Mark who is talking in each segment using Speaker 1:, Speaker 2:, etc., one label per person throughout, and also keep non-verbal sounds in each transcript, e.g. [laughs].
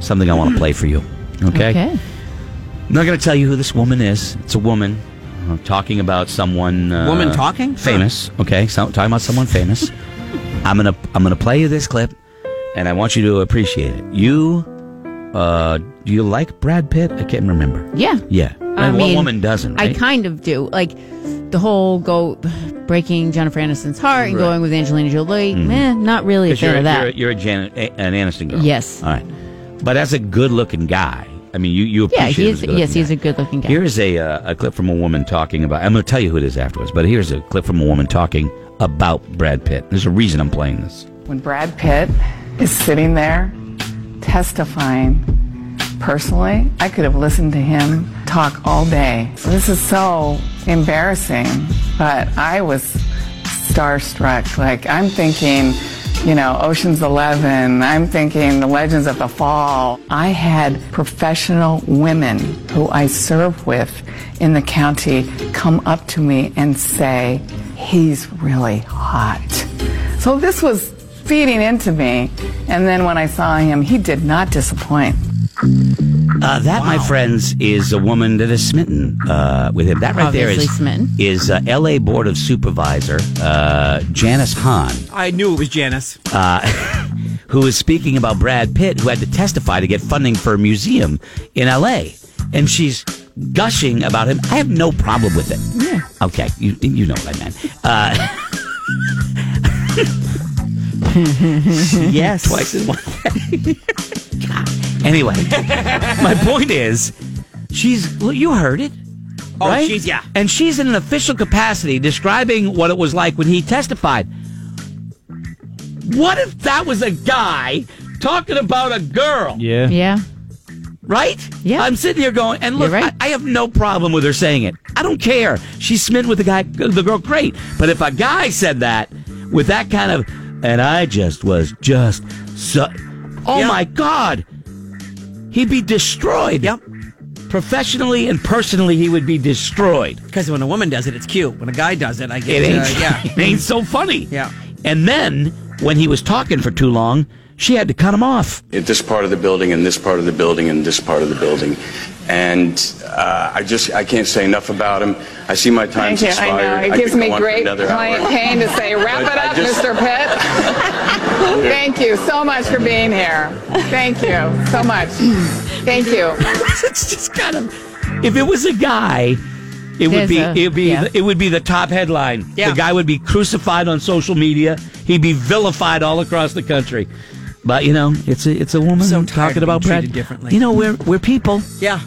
Speaker 1: something I want to play for you. Okay?
Speaker 2: Okay.
Speaker 1: I'm not going to tell you who this woman is. It's a woman uh, talking about someone. Uh,
Speaker 3: Woman talking?
Speaker 1: Famous. Okay, so, talking about someone
Speaker 3: [laughs]
Speaker 1: famous. I'm gonna I'm gonna play you this clip, and I want you to appreciate it. You, uh, do you like Brad Pitt? I can't remember.
Speaker 2: Yeah.
Speaker 1: Yeah.
Speaker 2: I
Speaker 1: And what
Speaker 2: mean,
Speaker 1: woman doesn't?
Speaker 2: I
Speaker 1: right?
Speaker 2: kind of do. Like the whole go breaking Jennifer Aniston's heart and
Speaker 3: Right.
Speaker 2: going with Angelina Jolie. Eh, not really a
Speaker 1: 'Cause Mm-hmm.
Speaker 2: fan
Speaker 1: you're,
Speaker 2: of that.
Speaker 1: you're, you're a Janet, a- an Aniston girl.
Speaker 2: Yes.
Speaker 1: All right. But as a good-looking guy, I mean, you you
Speaker 2: yeah,
Speaker 1: appreciate. him as a good-looking
Speaker 2: he's yes, he's
Speaker 1: guy.
Speaker 2: a good looking guy.
Speaker 1: Here is a uh, a clip from a woman talking about. I'm going to tell you who it is afterwards, but here's a clip from a woman talking about Brad Pitt. There's a reason I'm playing this.
Speaker 4: When Brad Pitt is sitting there testifying personally, I could have listened to him talk all day. This is so embarrassing, but I was starstruck. Like, I'm thinking, you know, Ocean's Eleven, I'm thinking The Legends of the Fall. I had professional women who I serve with in the county come up to me and say, he's really hot. So this was feeding into me. And then when I saw him, he did not disappoint.
Speaker 1: Uh, that, my friends, is a woman that is smitten uh, with him. That right there
Speaker 2: Obviously
Speaker 1: is
Speaker 2: smitten.
Speaker 1: is uh, L.A. Board of Supervisor uh, Janice Hahn,
Speaker 3: I knew it was Janice.
Speaker 1: who is speaking about Brad Pitt, who had to testify to get funding for a museum in L.A. And she's gushing about him. I have no problem with it. Okay, you you know what I meant. Uh, [laughs]
Speaker 3: yes.
Speaker 1: twice in one day. [laughs] God. Anyway, my point is, she's well, you heard it.
Speaker 3: Oh,
Speaker 1: right?
Speaker 3: she's- yeah.
Speaker 1: and she's in an official capacity describing what it was like when he testified. What if that was a guy talking about a girl?
Speaker 5: Yeah.
Speaker 2: yeah.
Speaker 1: Right?
Speaker 2: Yeah.
Speaker 1: I'm sitting here going, and look,
Speaker 2: You're right.
Speaker 1: I, I have no problem with her saying it. I don't care. She's smitten with the guy, the girl, great. But if a guy said that with that kind of, and I just was just so, oh
Speaker 3: Yep.
Speaker 1: my God, he'd be destroyed.
Speaker 3: Yep.
Speaker 1: Professionally and personally, he would be destroyed.
Speaker 3: Because when a woman does it, it's cute. When a guy does it, I
Speaker 1: It
Speaker 3: get
Speaker 1: ain't,
Speaker 3: Uh, yeah.
Speaker 1: it [laughs] ain't so funny.
Speaker 3: Yeah.
Speaker 1: And then when he was talking for too long, she had to cut him off. [laughs]
Speaker 6: at this part of the building and this part of the building and this part of the building. And uh, I just I can't say enough about him. I see my time's
Speaker 4: Thank you. I
Speaker 6: expired.
Speaker 4: know. It
Speaker 6: could
Speaker 4: gives
Speaker 6: go
Speaker 4: me
Speaker 6: on for
Speaker 4: great
Speaker 6: another
Speaker 4: client
Speaker 6: hour.
Speaker 4: pain to say, wrap
Speaker 6: But
Speaker 4: it
Speaker 6: I
Speaker 4: up,
Speaker 6: just-
Speaker 4: Mr.
Speaker 6: [laughs]
Speaker 4: Pitt. Thank you so much for being here. Thank you so much. Thank you.
Speaker 1: it's just kind of if it was a guy it would
Speaker 2: There's
Speaker 1: be
Speaker 2: a-
Speaker 1: it would be
Speaker 2: yeah.
Speaker 1: it would be the top headline
Speaker 3: Yeah.
Speaker 1: the guy would be crucified on social media he'd be vilified all across the country but you know it's a it's a woman
Speaker 3: So
Speaker 1: who's
Speaker 3: tired
Speaker 1: talking
Speaker 3: of
Speaker 1: about
Speaker 3: being
Speaker 1: Brad
Speaker 3: treated differently.
Speaker 1: you know we're we're people
Speaker 3: Yeah.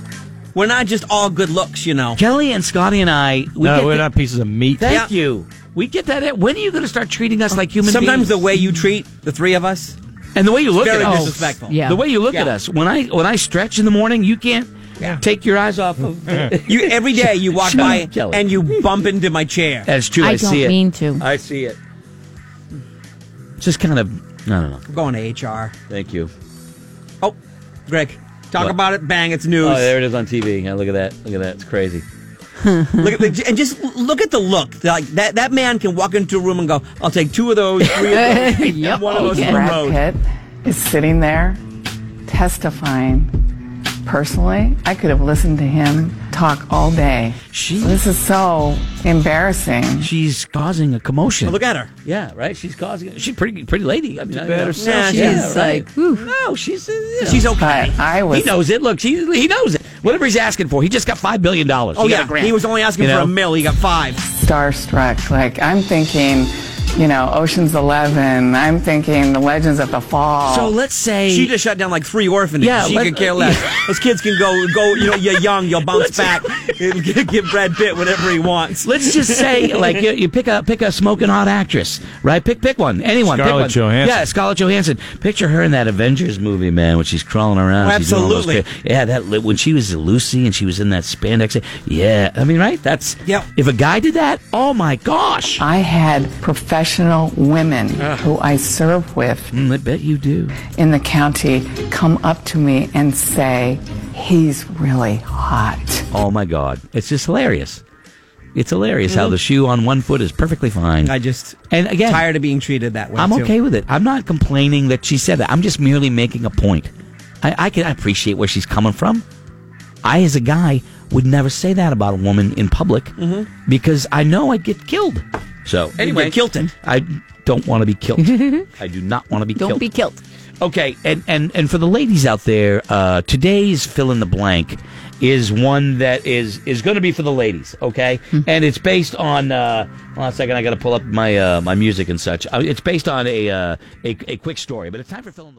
Speaker 3: We're not just all good looks, you know.
Speaker 1: Kelly and Scotty and I we
Speaker 5: no,
Speaker 1: get
Speaker 5: we're
Speaker 1: the-
Speaker 5: not pieces of meat.
Speaker 1: thank
Speaker 3: Yeah.
Speaker 1: you we get that when are you going to start treating us like human
Speaker 3: Sometimes the
Speaker 1: beings?
Speaker 3: way you treat the three of us,
Speaker 1: and the way you look
Speaker 3: very
Speaker 1: at us
Speaker 3: disrespectful.
Speaker 2: yeah.
Speaker 1: the way you look
Speaker 3: Yeah.
Speaker 1: at us when I when I stretch in the morning you can't
Speaker 3: Yeah.
Speaker 1: take your eyes off [laughs] of
Speaker 3: You every day you walk
Speaker 1: Shut
Speaker 3: by
Speaker 1: up, Kelly.
Speaker 3: and you bump into my chair.
Speaker 1: That's true. I,
Speaker 2: I don't
Speaker 1: see it.
Speaker 2: mean to.
Speaker 1: I see it. Just kind of. I don't know.
Speaker 3: We're going to HR.
Speaker 1: Thank you.
Speaker 3: Oh, Greg, talk
Speaker 1: What?
Speaker 3: about it. Bang! It's news.
Speaker 1: Oh, there it is on TV. Yeah, look at that. Look at that. It's crazy.
Speaker 3: look at the, and just look at the look. Like that, that man can walk into a room and go, "I'll take two of those, three of those,
Speaker 2: Yep.
Speaker 3: and one of those
Speaker 2: Okay.
Speaker 3: for the
Speaker 4: Brad
Speaker 3: road."
Speaker 4: Pitt is sitting there testifying personally. I could have listened to him talk all day.
Speaker 1: She-
Speaker 4: This is so embarrassing.
Speaker 1: She's causing a commotion.
Speaker 3: Oh, look at her.
Speaker 1: Yeah, right. She's causing. She's pretty, pretty lady. I mean, I
Speaker 5: bad
Speaker 1: know.
Speaker 5: herself.
Speaker 3: Nah, she's
Speaker 1: right.
Speaker 2: like, whew.
Speaker 1: no, she's uh, you know.
Speaker 3: She's okay.
Speaker 4: But I was
Speaker 1: He knows it. Look, she, he knows it. Whatever he's asking for, he just got five billion dollars.
Speaker 3: Oh
Speaker 1: he got
Speaker 3: yeah,
Speaker 1: a grant.
Speaker 3: he was only asking
Speaker 1: You
Speaker 3: for
Speaker 1: know?
Speaker 3: a mill. He got five.
Speaker 4: starstruck. Like I'm thinking, you know, Ocean's Eleven. I'm thinking The Legends of the Fall.
Speaker 1: So let's say
Speaker 3: She just shut down like three orphanages.
Speaker 1: Yeah,
Speaker 3: she
Speaker 1: let-
Speaker 3: could care less. Those kids can go, go. You know, you're young. You'll bounce back. And [laughs] give Brad Pitt whatever he wants.
Speaker 1: Let's just say, like, you, you pick a pick a smoking hot actress, right? Pick pick one, anyone. pick
Speaker 5: Scarlett
Speaker 1: one.
Speaker 5: Johansson.
Speaker 1: Yeah, Scarlett Johansson. Picture her in that Avengers movie, man, when she's crawling around.
Speaker 3: Oh,
Speaker 1: she's doing all those
Speaker 3: absolutely.
Speaker 1: cra- yeah, that li- when she was Lucy and she was in that spandex. Yeah, I mean, right? That's
Speaker 3: Yep.
Speaker 1: If a guy did that, oh my gosh!
Speaker 4: I had professional women who I serve with
Speaker 1: Mm, I bet you do.
Speaker 4: in the county come up to me and say, "He's really hot."
Speaker 1: Oh my god, it's just hilarious. It's hilarious how the shoe on one foot is perfectly fine.
Speaker 3: I just
Speaker 1: and again,
Speaker 3: tired of being treated that way.
Speaker 1: I'm
Speaker 3: too.
Speaker 1: okay with it. I'm not complaining that she said that. I'm just merely making a point. I, I can appreciate where she's coming from. I, as a guy, would never say that about a woman in public because I know I'd get killed. So anyway,
Speaker 3: get kilted.
Speaker 1: I don't want to be killed. I do not want to be
Speaker 2: Don't
Speaker 1: killed.
Speaker 2: be killed.
Speaker 1: Okay, and, and, and for the ladies out there, uh, today's fill in the blank is one that is is going to be for the ladies. Okay, and it's based on. Uh, hold on a second, I got to pull up my uh, my music and such. Uh, it's based on a, uh, a a quick story, but it's time for fill in the.